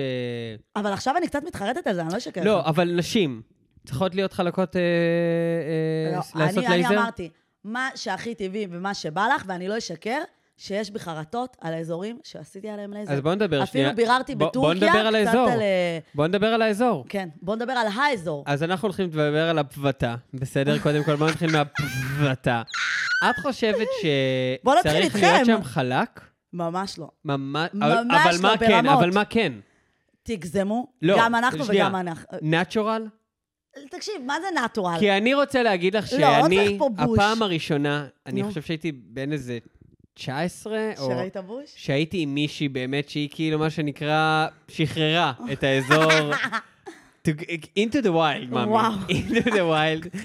S1: אבל עכשיו אני קצת מתחרטת על זה, אני לא אשקר. לך.
S2: לא, אבל נשים צריכות להיות חלקות אה, אה,
S1: לא,
S2: לעשות
S1: אני, אני
S2: לייזר?
S1: אמרתי, מה שהכי טבעי ומה שבא לך, ואני לא אשקר, שיש בי חרטות על האזורים שעשיתי עליהם לייזר.
S2: אז בואו נדבר שנייה.
S1: אפילו ביררתי
S2: בוא- בואו
S1: בטורקיה,
S2: נדבר על
S1: קצת
S2: האזור.
S1: על... אה,
S2: בואו נדבר על האזור.
S1: כן, בואו נדבר על האזור.
S2: אז אנחנו הולכים לדבר על הפבטה, בסדר? קודם כל, בואו נתחיל מהפבטה. את חושבת
S1: בואו נתחיל
S2: שצריך
S1: איתכם.
S2: להיות שם חלק?
S1: ממש לא.
S2: ממש,
S1: ממש
S2: אבל- אבל
S1: לא,
S2: מה כן,
S1: ברמות.
S2: אבל מה כן?
S1: תגזמו,
S2: לא,
S1: גם אנחנו
S2: שנייה.
S1: וגם אנחנו.
S2: נטשורל?
S1: תקשיב, מה זה נטורל?
S2: כי אני רוצה להגיד לך
S1: לא, לא צריך
S2: שאני,
S1: פה בוש.
S2: הפעם הראשונה, אני
S1: נו.
S2: חושב שהייתי בן איזה 19, או...
S1: שראית בוש?
S2: שהייתי עם מישהי באמת שהיא כאילו, מה שנקרא, שחררה את האזור. to- into the wild, מאמי.
S1: וואו.
S2: into the wild.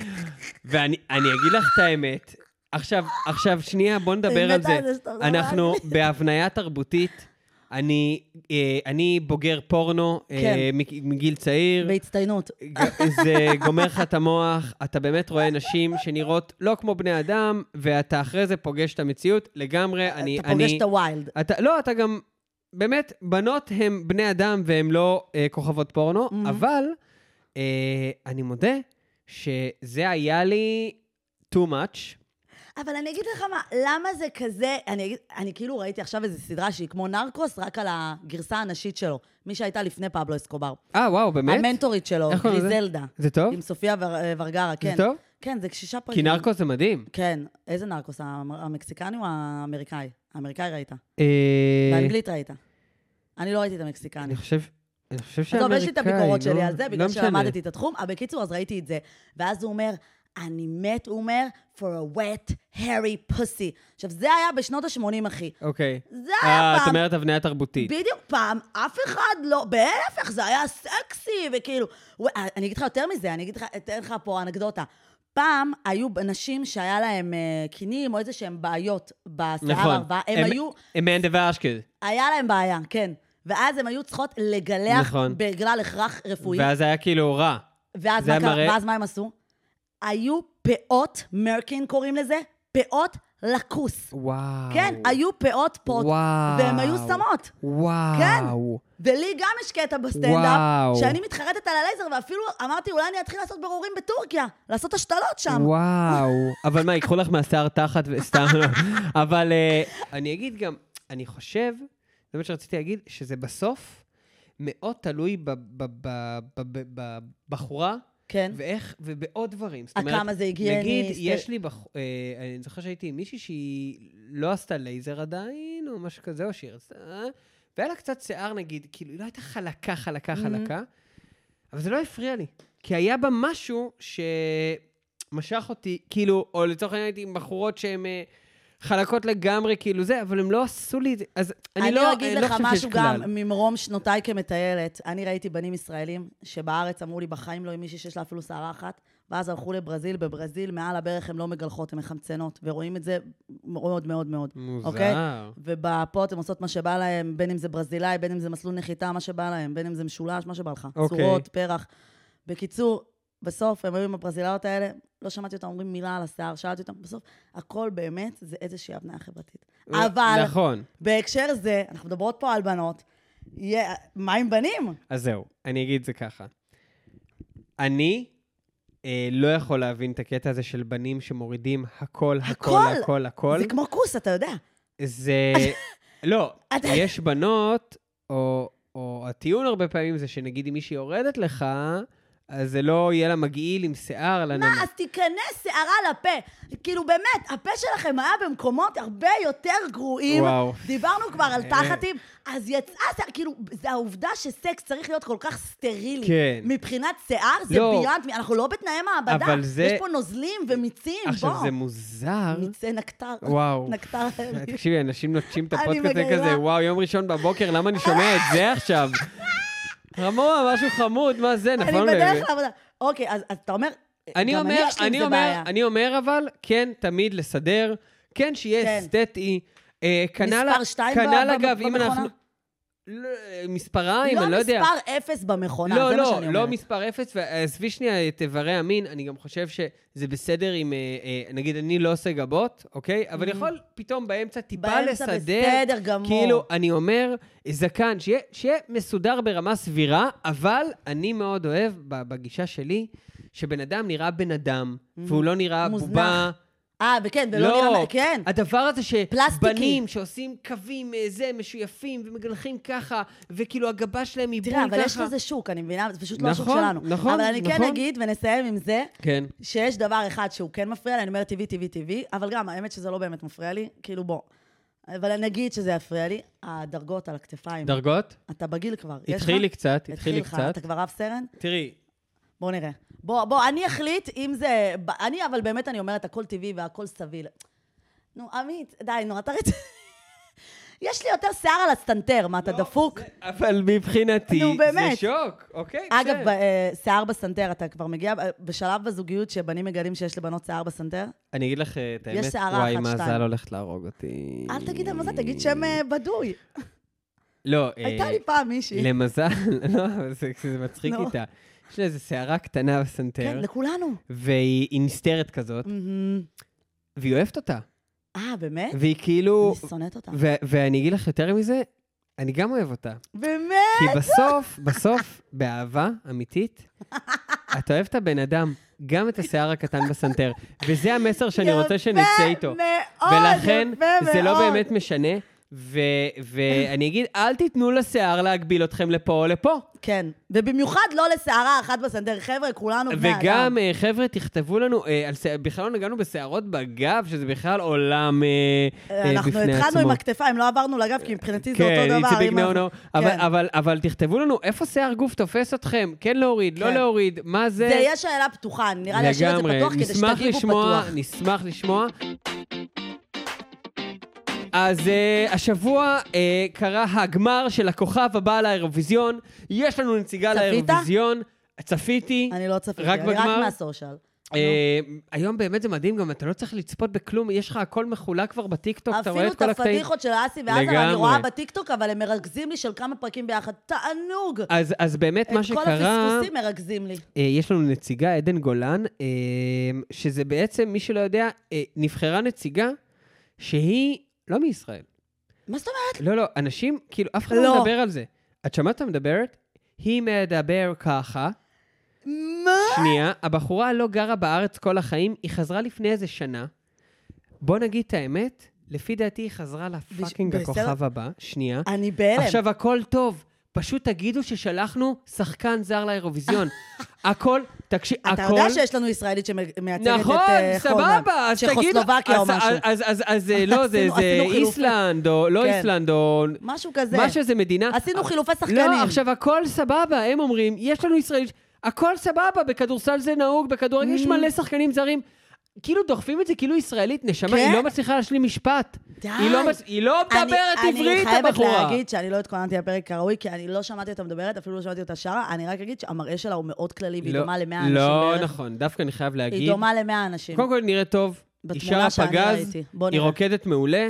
S2: ואני אני אגיד לך את האמת. עכשיו, עכשיו, שנייה, בוא נדבר
S1: אני
S2: על
S1: מתה
S2: זה.
S1: על אה, זה שאתה מדבר
S2: אנחנו
S1: על
S2: בהבניה תרבותית. אני, אה, אני בוגר פורנו אה,
S1: כן.
S2: מג- מגיל צעיר.
S1: בהצטיינות.
S2: ג- זה גומר לך את המוח, אתה באמת רואה נשים שנראות לא כמו בני אדם, ואתה אחרי זה פוגש את המציאות לגמרי. אני,
S1: אתה פוגש
S2: אני,
S1: את הווילד.
S2: אתה, לא, אתה גם... באמת, בנות הן בני אדם והן לא אה, כוכבות פורנו, mm-hmm. אבל אה, אני מודה שזה היה לי too much.
S1: אבל אני אגיד לך מה, למה זה כזה... אני, אגיד, אני כאילו ראיתי עכשיו איזו סדרה שהיא כמו נרקוס, רק על הגרסה הנשית שלו. מי שהייתה לפני פבלו אסקובר.
S2: אה, וואו, באמת?
S1: המנטורית שלו,
S2: איך קוראים לזה?
S1: גריזלדה.
S2: זה טוב?
S1: עם סופיה ור- ורגרה, כן.
S2: טוב?
S1: כן, זה קשישה
S2: כי
S1: פרקים.
S2: נרקוס זה מדהים.
S1: כן. איזה נרקוס? המ- המקסיקני או האמריקאי? האמריקאי ראית.
S2: אה,
S1: באנגלית ראית. אני לא ראיתי את המקסיקני.
S2: אני חושב... אני חושב
S1: טוב,
S2: שהאמריקאי,
S1: יש לי את הביקורות
S2: לא-
S1: שלי על זה,
S2: לא
S1: בגלל
S2: משנה.
S1: שלמדתי את התחום. אבל בקיצור, אז ראיתי את זה. ואז הוא אומר, אני מת, הוא אומר, for a wet, hairy pussy. עכשיו, זה היה בשנות ה-80, אחי.
S2: אוקיי.
S1: זה היה
S2: אה, את
S1: פעם.
S2: אומרת הבניה תרבותית.
S1: בדיוק, פעם אף אחד לא, בהפך, זה היה סקסי, וכאילו... וואי, אני אגיד לך יותר מזה, אני אגיד לך, אתן לך פה אנקדוטה. פעם היו נשים שהיה להן אה, קינים או איזה שהן בעיות בשיער
S2: נכון.
S1: הרבה, הם היו,
S2: אמנדה ואשקד.
S1: היה להן בעיה, כן. ואז הן היו צריכות לגלח
S2: נכון.
S1: בגלל הכרח רפואי.
S2: ואז היה כאילו רע.
S1: ואז
S2: זה
S1: מה, קרה,
S2: מראה-
S1: ואז מה הם עשו? היו פאות, מרקין קוראים לזה, פאות לכוס.
S2: וואו.
S1: כן, היו פאות פוט,
S2: וואו.
S1: והן היו שמות.
S2: וואו.
S1: כן. ולי גם יש קטע
S2: וואו.
S1: בסטנדאפ, שאני מתחרטת על הלייזר, ואפילו אמרתי, אולי אני אתחיל לעשות ברורים בטורקיה, לעשות השתלות שם.
S2: וואו. אבל מה, ייקחו לך מהשיער תחת וסתם לא. אבל אה, אני אגיד גם, אני חושב, זה מה שרציתי להגיד, שזה בסוף מאוד תלוי ב- ב- ב- ב- ב- בבחורה.
S1: כן.
S2: ואיך, ובעוד דברים. זאת
S1: עד
S2: אומרת,
S1: כמה זה הגיוני,
S2: נגיד,
S1: סטי-
S2: יש לי, בח... אה, אני זוכר שהייתי עם מישהי שהיא לא עשתה לייזר עדיין, או משהו כזה, או שהיא רצתה... והיה לה קצת שיער, נגיד, כאילו, היא לא הייתה חלקה,
S1: Mhm.
S2: חלקה, חלקה, אבל זה לא הפריע לי. כי היה בה משהו שמשך אותי, כאילו, או לצורך העניין הייתי עם בחורות שהן אה, חלקות לגמרי, כאילו זה, אבל הם לא עשו לי את זה. אז אני,
S1: אני
S2: לא,
S1: אגיד
S2: אני לא
S1: לך
S2: חושב שיש
S1: משהו
S2: כלל.
S1: גם ממרום שנותיי כמטיילת. אני ראיתי בנים ישראלים שבארץ אמרו לי, בחיים לא עם מישהי שיש לה אפילו שערה אחת, ואז הלכו לברזיל, בברזיל מעל הברך הן לא מגלחות, הן מחמצנות, ורואים את זה מאוד מאוד מאוד.
S2: מוזר.
S1: אוקיי? ובפוט הן עושות מה שבא להן, בין אם זה ברזילאי, בין אם זה מסלול נחיתה, מה שבא להן, בין אם זה משולש, מה שבא לך.
S2: אוקיי.
S1: צורות, פרח. בקיצור, בסוף הם היו עם הברזילאיות האלה, לא שמעתי אותם אומרים מילה על השיער, שאלתי אותם, בסוף, הכל באמת זה איזושהי הבניה חברתית. אבל...
S2: נכון.
S1: בהקשר זה, אנחנו מדברות פה על בנות, יהיה- מה עם בנים?
S2: אז זהו, אני אגיד את זה ככה. אני אה, לא יכול להבין את הקטע הזה של בנים שמורידים הכל, הכל,
S1: הכל!
S2: הכל, הכל.
S1: זה כמו כוס, אתה יודע.
S2: זה... לא,
S1: אתה-
S2: יש בנות, או, או הטיעון הרבה פעמים זה שנגיד אם מישהי יורדת לך, אז זה לא יהיה לה מגעיל עם שיער, אלא
S1: מה,
S2: נמ-
S1: אז תיכנס שערה לפה. כאילו, באמת, הפה שלכם היה במקומות הרבה יותר גרועים.
S2: וואו. אה,
S1: דיברנו כבר על תחתים, אז יצאה שיער, כאילו, זה העובדה שסקס צריך להיות כל כך סטרילי.
S2: כן.
S1: מבחינת שיער זה
S2: לא.
S1: ביונד, אנחנו לא בתנאי מעבדה.
S2: אבל זה-
S1: יש פה נוזלים ומיצים, בוא.
S2: עכשיו, זה מוזר.
S1: מיצי נקטר.
S2: וואו.
S1: נקטר.
S2: תקשיבי, אנשים נוטשים את
S1: אני
S2: הפודקאסט
S1: מגעילה.
S2: כזה, וואו, יום ראשון בבוקר, למה אני שומע את זה עכשיו? רמוע, משהו חמוד, מה זה,
S1: אני
S2: נכון?
S1: בדרך לעבודה. אוקיי, אז אז אתה אומר...
S2: אני
S1: גם
S2: אומר,
S1: יש לי עם
S2: אני
S1: זה
S2: אומר,
S1: בעיה.
S2: אני אומר אבל, כן, תמיד לסדר, כן, שיהיה
S1: כן.
S2: אסתטי. אה, כנ"ל,
S1: מספר שתיים
S2: כנ"ל
S1: ב- ב-
S2: אגב, אם
S1: במכונה?
S2: אנחנו... לא, אה, מספריים, אני לא יודע.
S1: לא מספר אפס במכונה,
S2: לא,
S1: זה מה
S2: לא,
S1: שאני אומרת.
S2: לא מספר אפס, ועזבי שנייה את איברי המין, אני גם חושב שזה בסדר אם, אה, אה, נגיד, אני לא עושה גבות, אוקיי? אבל יכול פתאום באמצע טיפה
S1: Mm-hmm. באמצע
S2: לסדר.
S1: בסדר גמור.
S2: כאילו, אני אומר, זקן, שיהיה- שיהיה מסודר ברמה סבירה, אבל אני מאוד אוהב, ב- בגישה שלי, שבן אדם נראה בן אדם, והוא לא נראה
S1: Mm-hmm. מוזנח.
S2: בובה. לא,
S1: אה, וכן, ולא נראה... מה- כן.
S2: הדבר הזה
S1: פלסטיקי.
S2: שבנים שעושים קווים, אה, זה, משויפים, ומגלחים ככה, וכאילו הגבה שלהם היא בול
S1: תראה,
S2: ככה.
S1: אבל יש לזה שוק, אני מבינה, זה פשוט לא השוק
S2: נכון,
S1: שלנו.
S2: נכון,
S1: אבל אני כן
S2: נכון.
S1: אגיד, ונסיים עם זה,
S2: כן.
S1: שיש דבר אחד שהוא כן מפריע לי, אני אומרת טבעי, טבעי, טבעי, אבל גם, האמת שזה לא באמת מפריע לי, כאילו בוא. אבל אני אגיד שזה יפריע לי, הדרגות על הכתפיים.
S2: דרגות?
S1: אתה בגיל כבר. יש
S2: התחיל
S1: לך?
S2: לי קצת, התחיל לי
S1: לך,
S2: קצת.
S1: אתה כבר רב סרן?
S2: תראי,
S1: בואו נראה. בוא, בוא, אני אחליט אם זה... ב- אני, אבל באמת, אני אומרת, הכל טבעי והכל סביל. נו, עמית, די, נו, אתה רצ... יש לי יותר שיער על הסטנטר, מה, אתה דפוק?
S2: אבל מבחינתי,
S1: נו,
S2: זה
S1: באמת.
S2: שוק, אוקיי?
S1: אגב, ב-
S2: בסדר.
S1: אה, שיער בסנטר, אתה כבר מגיע ב- בשלב בזוגיות שבנים מגלים שיש לבנות שיער בסנטר?
S2: אני אגיד לך אה, את האמת,
S1: יש שערה
S2: וואי,
S1: אחת,
S2: מה
S1: שתיים.
S2: ז"ל הולכת להרוג אותי.
S1: אל תגיד על מזל, תגיד שם אה, בדוי.
S2: לא, אה,
S1: הייתה לי פעם מישהי.
S2: למזל, לא, אבל זה זה מצחיק
S1: נו.
S2: איתה. יש לה איזו שערה קטנה
S1: כן,
S2: בסנטר,
S1: לכולנו.
S2: והיא היא נסתרת כזאת,
S1: מהמם.
S2: והיא אוהבת אותה.
S1: אה, באמת?
S2: והיא כאילו...
S1: אני שונאת אותה.
S2: ו- ואני אגיד לך יותר מזה, אני גם אוהב אותה.
S1: באמת?
S2: כי בסוף, בסוף, באהבה אמיתית, אתה אוהב את הבן אדם, גם את השיער הקטן בסנטר. וזה המסר שאני רוצה שנצא איתו.
S1: יפה מאוד,
S2: ולכן,
S1: יפה
S2: זה לא
S1: מאוד.
S2: באמת משנה ו- ואני אגיד, אל תיתנו לשיער להגביל אתכם לפה או לפה.
S1: כן. ובמיוחד לא לשערה אחת בסנדר. חבר'ה, כולנו בני אדם.
S2: וגם, אה, חבר'ה, תכתבו לנו, אה, על שיע- בכלל לא נגענו בשערות בגב, שזה בכלל עולם אה, אה, בפני
S1: אנחנו
S2: עצמו.
S1: התחלנו עם הכתפיים, לא עברנו לגב, כי מבחינתי זה
S2: כן,
S1: אותו דבר.
S2: it's a big
S1: אם
S2: no
S1: אנחנו-
S2: no. אבל-
S1: כן.
S2: אבל- אבל תכתבו לנו איפה שיער גוף תופס אתכם, כן להוריד, לא
S1: כן.
S2: להוריד, מה זה.
S1: זה יהיה שאלה פתוחה, נראה לי להשאיר את זה
S2: לגמרי.
S1: פתוח כדי
S2: נשמח
S1: שתגיבו
S2: לשמוע,
S1: פתוח.
S2: נשמח לשמוע. אז uh, השבוע uh, קרה הגמר של הכוכב הבא לאירוויזיון. יש לנו נציגה
S1: צפית?
S2: לאירוויזיון. צפיתי.
S1: אני לא צפיתי,
S2: רק
S1: אני רק
S2: בגמר?
S1: מהסושיאל.
S2: אה, היום באמת זה מדהים, גם אתה לא צריך לצפות בכלום, יש לך הכל מחולק כבר בטיקטוק, אתה רואה
S1: אפילו
S2: את
S1: את
S2: כל הקטעים.
S1: הפדיחות של אסי ועזר,
S2: לגמרי.
S1: אני רואה בטיקטוק, אבל הם מרכזים לי של כמה פרקים ביחד. תענוג!
S2: אז, אז באמת מה
S1: את כל
S2: שקרה,
S1: הפספוסים מרכזים לי.
S2: אה, יש לנו נציגה, עדן גולן, אה, שזה בעצם, מי שלא יודע, אה, נבחרה נציגה שהיא לא מישראל.
S1: מה זאת אומרת?
S2: לא, לא, אנשים, כאילו, אף אחד לא,
S1: לא.
S2: מדבר על זה. את שמעת אותה מדברת? היא מדבר ככה.
S1: מה?
S2: שנייה, הבחורה לא גרה בארץ כל החיים, היא חזרה לפני איזה שנה. בוא נגיד את האמת, לפי דעתי היא חזרה לפאקינג
S1: בסדר.
S2: הכוכב הבא. שנייה.
S1: אני בהלם.
S2: עכשיו, הכל טוב. פשוט תגידו ששלחנו שחקן זר לאירוויזיון. הכל, תקשיב, הכל...
S1: אתה יודע שיש לנו ישראלית שמייצגת את
S2: נכון,
S1: אה,
S2: סבבה,
S1: חולנד.
S2: אז תגידו...
S1: צ'כוסלובקיה או
S2: אז-
S1: משהו.
S2: אז- אז- אז אה, לא, זה
S1: עשינו-
S2: זה
S1: עשינו חילופים.
S2: איסלנד, או לא
S1: כן.
S2: איסלנד, או...
S1: משהו כזה.
S2: מה שזה מדינה.
S1: עשינו
S2: אבל-
S1: חילופי שחקנים.
S2: לא, עכשיו הכל סבבה, הם אומרים, יש לנו ישראלים, הכל סבבה, בכדורסל זה נהוג, בכדורגל
S1: Mm.
S2: יש מלא שחקנים זרים. כאילו דוחפים את זה, כאילו ישראלית, נשמה, היא
S1: כן.
S2: לא מצליחה להשלים משפט.
S1: די.
S2: היא לא מצ- היא לא מדברת
S1: אני-
S2: עברית,
S1: אני חייבת
S2: הבחורה.
S1: להגיד שאני לא התכוננתי לפרק כראוי, כי אני לא שמעתי אותה מדברת, אפילו לא שמעתי אותה שרה. אני רק אגיד שהמראה שלה הוא מאוד כללי, והיא
S2: לא-
S1: דומה ל-100 אנשים
S2: לא
S1: בערך.
S2: נכון, דווקא אני חייב להגיד.
S1: היא דומה ל-100 אנשים.
S2: קודם כל נראית טוב, היא
S1: בתמונה
S2: שרה
S1: שאני
S2: פגז,
S1: ראיתי. בוא
S2: היא
S1: נראה.
S2: רוקדת מעולה,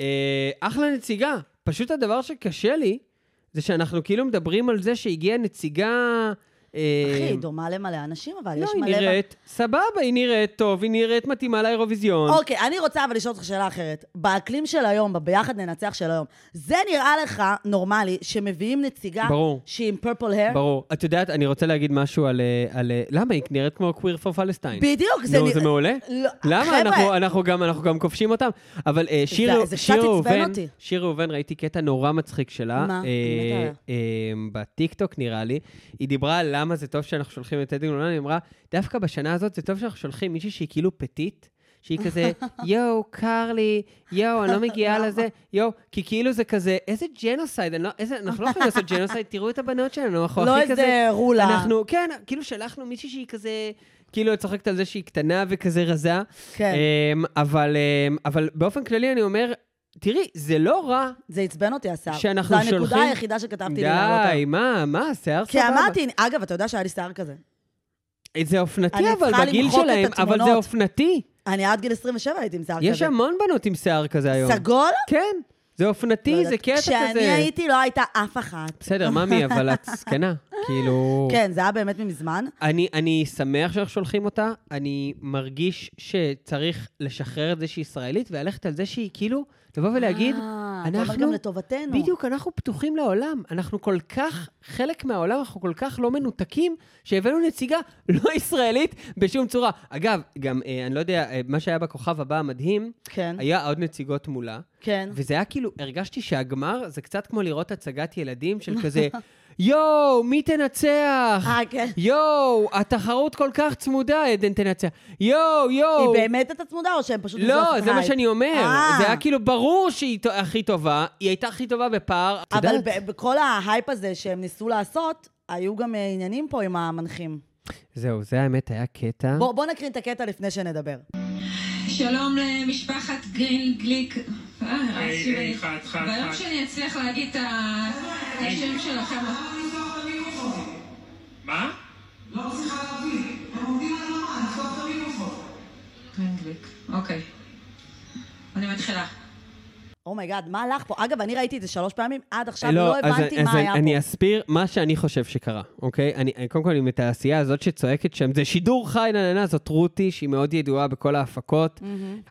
S2: אה, אחלה נציגה. פשוט הדבר שקשה לי, זה שאנחנו כאילו מדברים על זה שהגיעה נציגה... אה,
S1: אחי, היא דומה למלא אנשים, אבל
S2: לא,
S1: יש
S2: היא
S1: מלא...
S2: נראית סבבה, היא נראית טוב, היא נראית מתאימה לאירוויזיון.
S1: אוקיי, אני רוצה אבל לשאול אותך שאלה אחרת. באקלים של היום, בביחד ננצח של היום, זה נראה לך נורמלי שמביאים נציגה
S2: ברור.
S1: שהיא עם פרפל הר?
S2: ברור. את יודעת, אני רוצה להגיד משהו על... אה, על אה, למה היא נראית כמו קוויר פור פלסטיין?
S1: בדיוק, זה
S2: נו,
S1: נראה-
S2: זה מעולה.
S1: לא,
S2: למה?
S1: חבר'ה,
S2: אנחנו, אנחנו, גם, אנחנו גם כובשים אותם. אבל אה, שיר,
S1: זה קצת
S2: שיר
S1: עצבן
S2: ראובן,
S1: אותי.
S2: שיר ראובן, ראיתי קטע נורא מצחיק שלה.
S1: מה? אני מתה עליה.
S2: אה, בטיקטוק נראה לי. היא דיברה על למה זה טוב שאנחנו שולחים את עדן גולן, היא אמרה, דווקא בשנה הזאת זה טוב שאנחנו שולחים מישהי שהיא כאילו פטיט. שהיא כזה, יואו, קר לי, יואו, אני לא מגיעה לזה, יואו, כי כאילו זה כזה, איזה ג'נוסייד, אני לא- איזה- אנחנו לא יכולים לעשות ג'נוסייד, תראו את הבנות שלנו, אנחנו
S1: לא
S2: הכי כזה...
S1: איזה רולה.
S2: אנחנו, כן, כאילו שלחנו מישהי שהיא כזה, כאילו את צוחקת על זה שהיא קטנה וכזה רזה.
S1: כן.
S2: אמ, אבל, אמ, אבל באופן כללי אני אומר, תראי, זה לא רע.
S1: זה עצבן אותי, השיער.
S2: שאנחנו
S1: זו
S2: שולחים-
S1: הנקודה היחידה שכתבתי לי לעלות עליה.
S2: די, מה, מה, שיער
S1: כי
S2: סבבה.
S1: אמרתי, אגב, אתה יודע שהיה לי שיער כזה.
S2: זה אופנתי
S1: אני
S2: אבל,
S1: צריכה
S2: בגיל
S1: למחוק את
S2: שלהם, אבל זה
S1: התמונות. אוקיי,
S2: אופנתי.
S1: אני עד גיל 27 הייתי עם שיער כזה.
S2: יש המון בנות עם שיער כזה היום.
S1: סגול?
S2: כן, זה אופנתי, זה קטע כזה.
S1: לא כשאני הייתי לא הייתה אף אחת.
S2: בסדר, ממי, אבל את זקנה. כאילו...
S1: כן, זה היה באמת ממזמן.
S2: אני, אני שמח שאנחנו שולחים אותה, אני מרגיש שצריך לשחרר את זה שהיא ישראלית, וללכת על זה שהיא כאילו, לבוא ולהגיד,
S1: אה, לא. אתה אומר
S2: אנחנו...
S1: גם לטובתנו.
S2: בדיוק, אנחנו פתוחים לעולם. אנחנו כל כך חלק מהעולם, אנחנו כל כך לא מנותקים, שהבאנו נציגה לא ישראלית בשום צורה. אגב, גם, אה, אני לא יודע, אה, מה שהיה בכוכב הבא המדהים,
S1: כן,
S2: היה עוד נציגות מולה.
S1: כן.
S2: וזה היה כאילו, הרגשתי שהגמר זה קצת כמו לראות הצגת ילדים של כזה, יואו, מי תנצח?
S1: אה, כן.
S2: יואו, התחרות כל כך צמודה, עדן תנצח. יואו, יואו.
S1: היא באמת הייתה צמודה, או שהם פשוט... ניסו
S2: לא,
S1: לעשות
S2: זה מה
S1: הייפ?
S2: שאני אומר.
S1: אה.
S2: זה היה כאילו ברור שהיא טו- הכי טובה, היא הייתה הכי טובה בפער. את
S1: אבל
S2: יודעת?
S1: ב- בכל ההייפ הזה שהם ניסו לעשות, היו גם אה, עניינים פה עם המנחים.
S2: אה? זהו, זה האמת, היה קטע.
S1: בוא בוא נקרין את הקטע לפני שנדבר.
S3: שלום למשפחת גרין גליק. אה,
S4: היי,
S3: שלי.
S4: היי, חד, חד,
S3: ביום
S4: חד.
S3: שאני אצליח להגיד את ה- את השם שלכם.
S4: מה?
S3: גרין גליק, אוקיי. אני מתחילה.
S1: אומייגאד, מה הלך פה? אגב, אני ראיתי את זה שלוש פעמים, עד עכשיו
S2: אה,
S1: לא
S2: אז
S1: הבנתי
S2: אני-
S1: מה
S2: אז
S1: היה
S2: אני- אני
S1: פה.
S2: אסביר מה שאני חושב שקרה, אוקיי? אני, אני- קודם כל, עם את העשייה הזאת שצועקת שם, זה שידור חי, נה, נה, נה, זאת רותי, שהיא מאוד ידועה בכל
S1: Mm.
S2: ההפקות.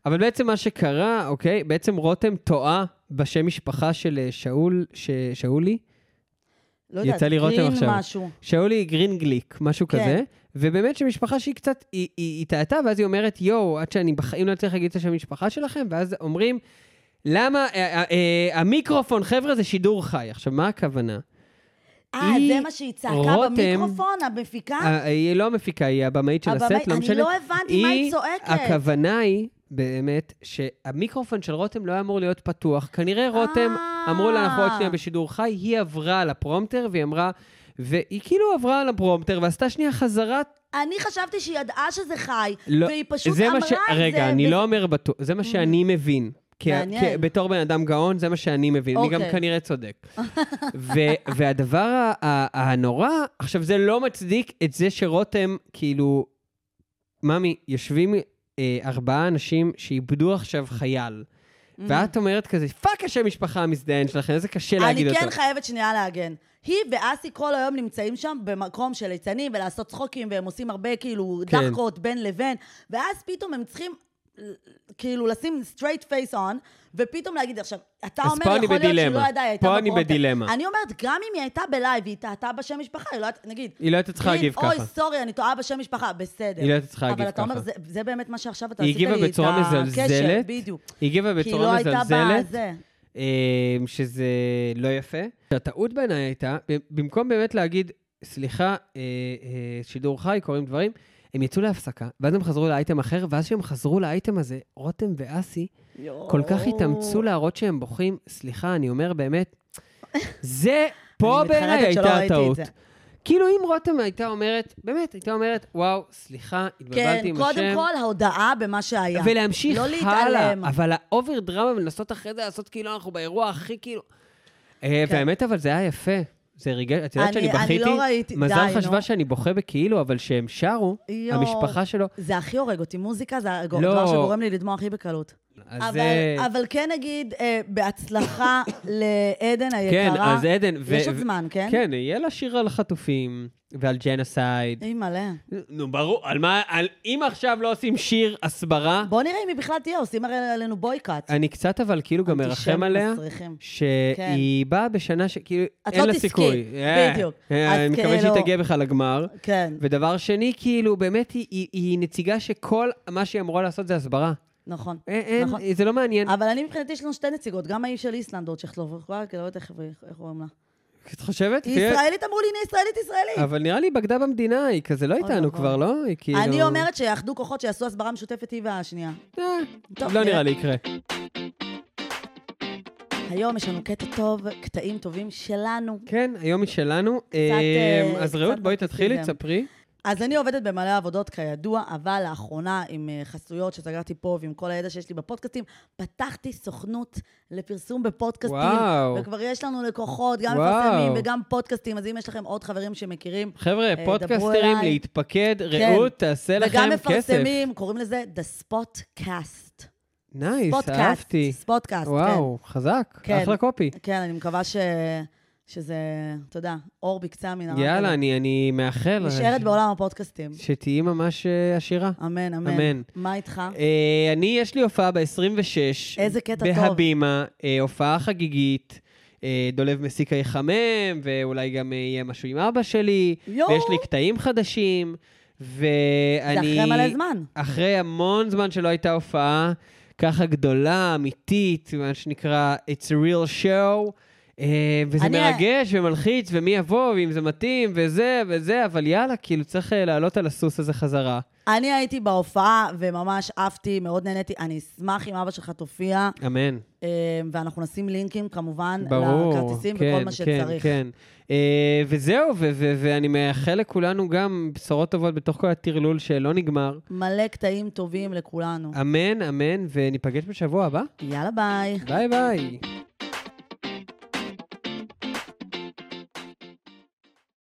S2: אבל בעצם מה שקרה, אוקיי? בעצם רותם טועה בשם משפחה של אה, שאול, ש- שאולי.
S1: לא
S2: יצא לי רותם
S1: גרין
S2: עכשיו.
S1: משהו.
S2: שאולי גרינגליק, משהו
S1: כן.
S2: כזה. ובאמת שמשפחה שהיא קצת, היא- היא היא טעתה, ואז היא אומרת, יואו, עד שאני בחיים לא אצליח להגיד את השם המשפחה שלכם, ואז אומרים, למה... אה, אה, אה, המיקרופון, חבר'ה, זה שידור חי. עכשיו, מה הכוונה?
S1: אה,
S2: היא-
S1: זה מה שהיא צעקה
S2: רותם-
S1: במיקרופון, המפיקה?
S2: אה, היא לא המפיקה, היא הבמאית של
S1: הבמאית-
S2: הסט, לא
S1: אני
S2: משנה.
S1: לא הבנתי מה היא צועקת.
S2: הכוונה היא, באמת, שהמיקרופון של רותם לא היה אמור להיות פתוח. כנראה רותם,
S1: אה.
S2: אמרו לה, אנחנו עוד שנייה בשידור חי, היא עברה על הפרומטר, והיא אמרה... והיא כאילו עברה על הפרומטר ועשתה שנייה חזרת...
S1: אני חשבתי שהיא ידעה שזה חי,
S2: לא,
S1: והיא פשוט
S2: זה מה
S1: אמרה את
S2: ש-
S1: זה.
S2: רגע, אני
S1: וזה- Mhm.
S2: לא אומר בטוח, זה מה שאני מבין. כ-
S1: מעניין.
S2: כ- בתור בן אדם גאון, זה מה שאני מבין. אני גם
S1: אוקיי.
S2: כנראה צודק. ו- והדבר ה- ה- הנורא, עכשיו, זה לא מצדיק את זה שרותם, כאילו, ממי, יושבים אה, ארבעה אנשים שאיבדו עכשיו חייל,
S1: Mhm.
S2: ואת אומרת כזה, פאק השם משפחה המזדיין שלכם, איזה קשה להגיד
S1: אני
S2: אותו.
S1: כן חייבת שנייה להגן. היא ואסי כל היום נמצאים שם במקום של ליצנים ולעשות צחוקים, והם עושים הרבה כאילו
S2: כן.
S1: דחקות בין לבין, ואז פתאום הם צריכים אה, כאילו לשים straight face on, ופתאום להגיד עכשיו, אתה
S2: אז פה
S1: אומר,
S2: אני
S1: יכול להיות שהיא
S2: בדילמה.
S1: לא ידעה, היא הייתה
S2: פה אני
S1: בפרונטל."
S2: בדילמה.
S1: אני אומרת, גם אם היא הייתה בלייב, היא טעתה בשם משפחה, היא לא הייתה, נגיד,
S2: היא לא הייתה צריכה
S1: גרין,
S2: להגיב
S1: כאילו, אוי,
S2: ככה.
S1: סורי, אני טועה בשם משפחה, בסדר.
S2: היא לא הייתה צריכה
S1: אבל
S2: להגיב
S1: אתה אומר,
S2: ככה.
S1: "זה- זה באמת מה שעכשיו אתה
S2: היא
S1: עשית לי את
S2: הגיבה
S1: הקשר,
S2: בצורה מזלזלת,
S1: בדיוק.
S2: היא הגיבה
S1: כי היא לא
S2: בצורה
S1: הייתה
S2: מזלזלת,
S1: בזה.
S2: אמ, שזה לא יפה. הטעות בעיניי הייתה, ב- במקום באמת להגיד, סליחה, אה, אה, שידור חי, קורים דברים, הם יצאו להפסקה, ואז הם חזרו לאייטם אחר, ואז כשהם חזרו לאייטם הזה, רותם ואסי כל כך התאמצו להראות שהם בוכים, סליחה, אני אומר באמת, זה פה
S1: אני
S2: בעיניי
S1: מתחרטת שלא ראיתי את
S2: הייתה הטעות.
S1: זה.
S2: כאילו אם רותם הייתה אומרת, באמת, הייתה אומרת, וואו, סליחה,
S1: כן,
S2: התבלבלתי עם השם.
S1: קודם כל ההודעה במה שהיה.
S2: ולהמשיך
S1: לא
S2: הלאה.
S1: להתעלם.
S2: אבל האובר דרמה ולנסות אחרי זה לעשות כאילו אנחנו באירוע הכי כאילו... אה,
S1: כן.
S2: והאמת, אבל זה היה יפה. זה ריגש, את יודעת
S1: אני-
S2: שאני
S1: אני
S2: בכיתי?
S1: לא ראיתי-
S2: מזל
S1: די, נו.
S2: חשבה שאני בוכה בכאילו, אבל שהם שרו,
S1: יואו.
S2: המשפחה שלו,
S1: זה הכי הורג אותי, מוזיקה זה הגו-
S2: לא.
S1: הדבר שגורם לי לדמוע הכי בקלות.
S2: אז...
S1: אבל-
S2: אה,
S1: אבל כן נגיד, אה, בהצלחה לעדן
S2: כן,
S1: היקרה.
S2: אז עדן... ו-
S1: יש עוד
S2: ו-
S1: זמן, כן?
S2: כן, יהיה לה שיר על החטופים ועל ג'נוסייד.
S1: היא מלא.
S2: נו, ברור, על מה... על- אם עכשיו לא עושים שיר הסברה,
S1: בוא נראה אם היא בכלל תהיה, עושים הרי עלינו בויקאט.
S2: אני קצת אבל כאילו גם מרחם
S1: אנטישמים
S2: עליה.
S1: מסריחים. כן.
S2: שהיא באה בשנה שכאילו,
S1: את
S2: אין
S1: לא
S2: לה
S1: תזכי,
S2: סיכוי. אה,
S1: בדיוק.
S2: אה,
S1: אז
S2: אני מקווה
S1: כאילו-
S2: שהיא תגיע בכלל לגמר.
S1: כן,
S2: ודבר שני, כאילו, באמת היא- היא היא נציגה שכל מה שהיא אמורה לעשות זה הסברה.
S1: נכון.
S2: אה, אין,
S1: נכון.
S2: זה לא מעניין.
S1: אבל אני מבחינתי יש לנו שתי נציגות, גם ההיא של איסלנד, עוד שכתובה, כי לא יודעת איך איך קוראים לה.
S2: את חושבת?
S1: היא
S2: תראה,
S1: ישראלית, אמרו לי, הנה ישראלית, ישראלית.
S2: אבל נראה לי היא בגדה במדינה, היא כזה לא איתנו
S1: אוי.
S2: כבר, לא? היא כאילו...
S1: אני אומרת שיאחדו כוחות שיעשו הסברה משותפת היא והשנייה.
S2: אה,
S1: טוב, אה,
S2: לא
S1: נראה.
S2: נראה לי יקרה.
S1: היום יש לנו קטע טוב, קטעים טובים שלנו.
S2: כן, היום היא שלנו.
S1: אה,
S2: אה, אז
S1: קצת
S2: רעות, בואי תתחילי,
S1: נרקיסיזם.
S2: תספרי.
S1: אז אני עובדת במלא עבודות כידוע, אבל לאחרונה עם אה, חסויות שסגרתי פה ועם כל הידע שיש לי בפודקאסטים, פתחתי סוכנות לפרסום בפודקאסטים.
S2: וואו.
S1: וכבר יש לנו לקוחות, גם
S2: וואו.
S1: מפרסמים וגם פודקאסטים, אז אם יש לכם עוד חברים שמכירים...
S2: חבר'ה,
S1: אה, דברו
S2: פודקאסטרים,
S1: אליי. כן.
S2: להתפקד, רעות, תעשה לכם
S1: וגם
S2: כסף.
S1: מפרסמים, קוראים לזה The Spotcast.
S2: נייס,
S1: ספוטקאסט,
S2: אהבתי.
S1: ספוטקאסט, כן.
S2: וואו, חזק,
S1: כן.
S2: אחלה קופי.
S1: כן, אני מקווה ש... שזה, אתה יודע, אור בקצה המנהרה.
S2: יאללה,
S1: כזה.
S2: אני, אני מאחל
S1: נשארת בעולם הפודקאסטים.
S2: שתהיי ממש אה, עשירה.
S1: אמן, אמן.
S2: אמן.
S1: מה איתך?
S2: אה, אני, יש לי הופעה ב-26.
S1: איזה קטע טוב.
S2: בהבימה, אה, הופעה חגיגית. אה, דולב מסיקה יחמם, ואולי גם אה, יהיה משהו עם אבא שלי.
S1: יואו.
S2: ויש לי קטעים חדשים, ואני...
S1: זה אחרי מלא זמן.
S2: אחרי המון זמן שלא הייתה הופעה ככה גדולה, אמיתית, מה שנקרא It's a real show, אה, וזה
S1: אני-
S2: אני... מרגש ומלחיץ, ומי יבוא, ואם זה מתאים, וזה וזה, אבל יאללה, כאילו צריך אה, לעלות על הסוס הזה חזרה.
S1: אני הייתי בהופעה וממש עפתי, מאוד נהניתי. אני אשמח אם אבא שלך תופיע,
S2: אמן.
S1: אה, ואנחנו נשים לינקים כמובן
S2: ברור.
S1: לכרטיסים
S2: כן,
S1: וכל מה שצריך.
S2: כן, כן. אה, וזהו, ו- ו- ואני מאחל לכולנו גם בשורות טובות בתוך כל הטרלול שלא נגמר.
S1: מלא
S2: אה.
S1: קטעים טובים לכולנו.
S2: אמן, אמן, וניפגש בשבוע הבא.
S1: יאללה, ביי.
S2: ביי ביי.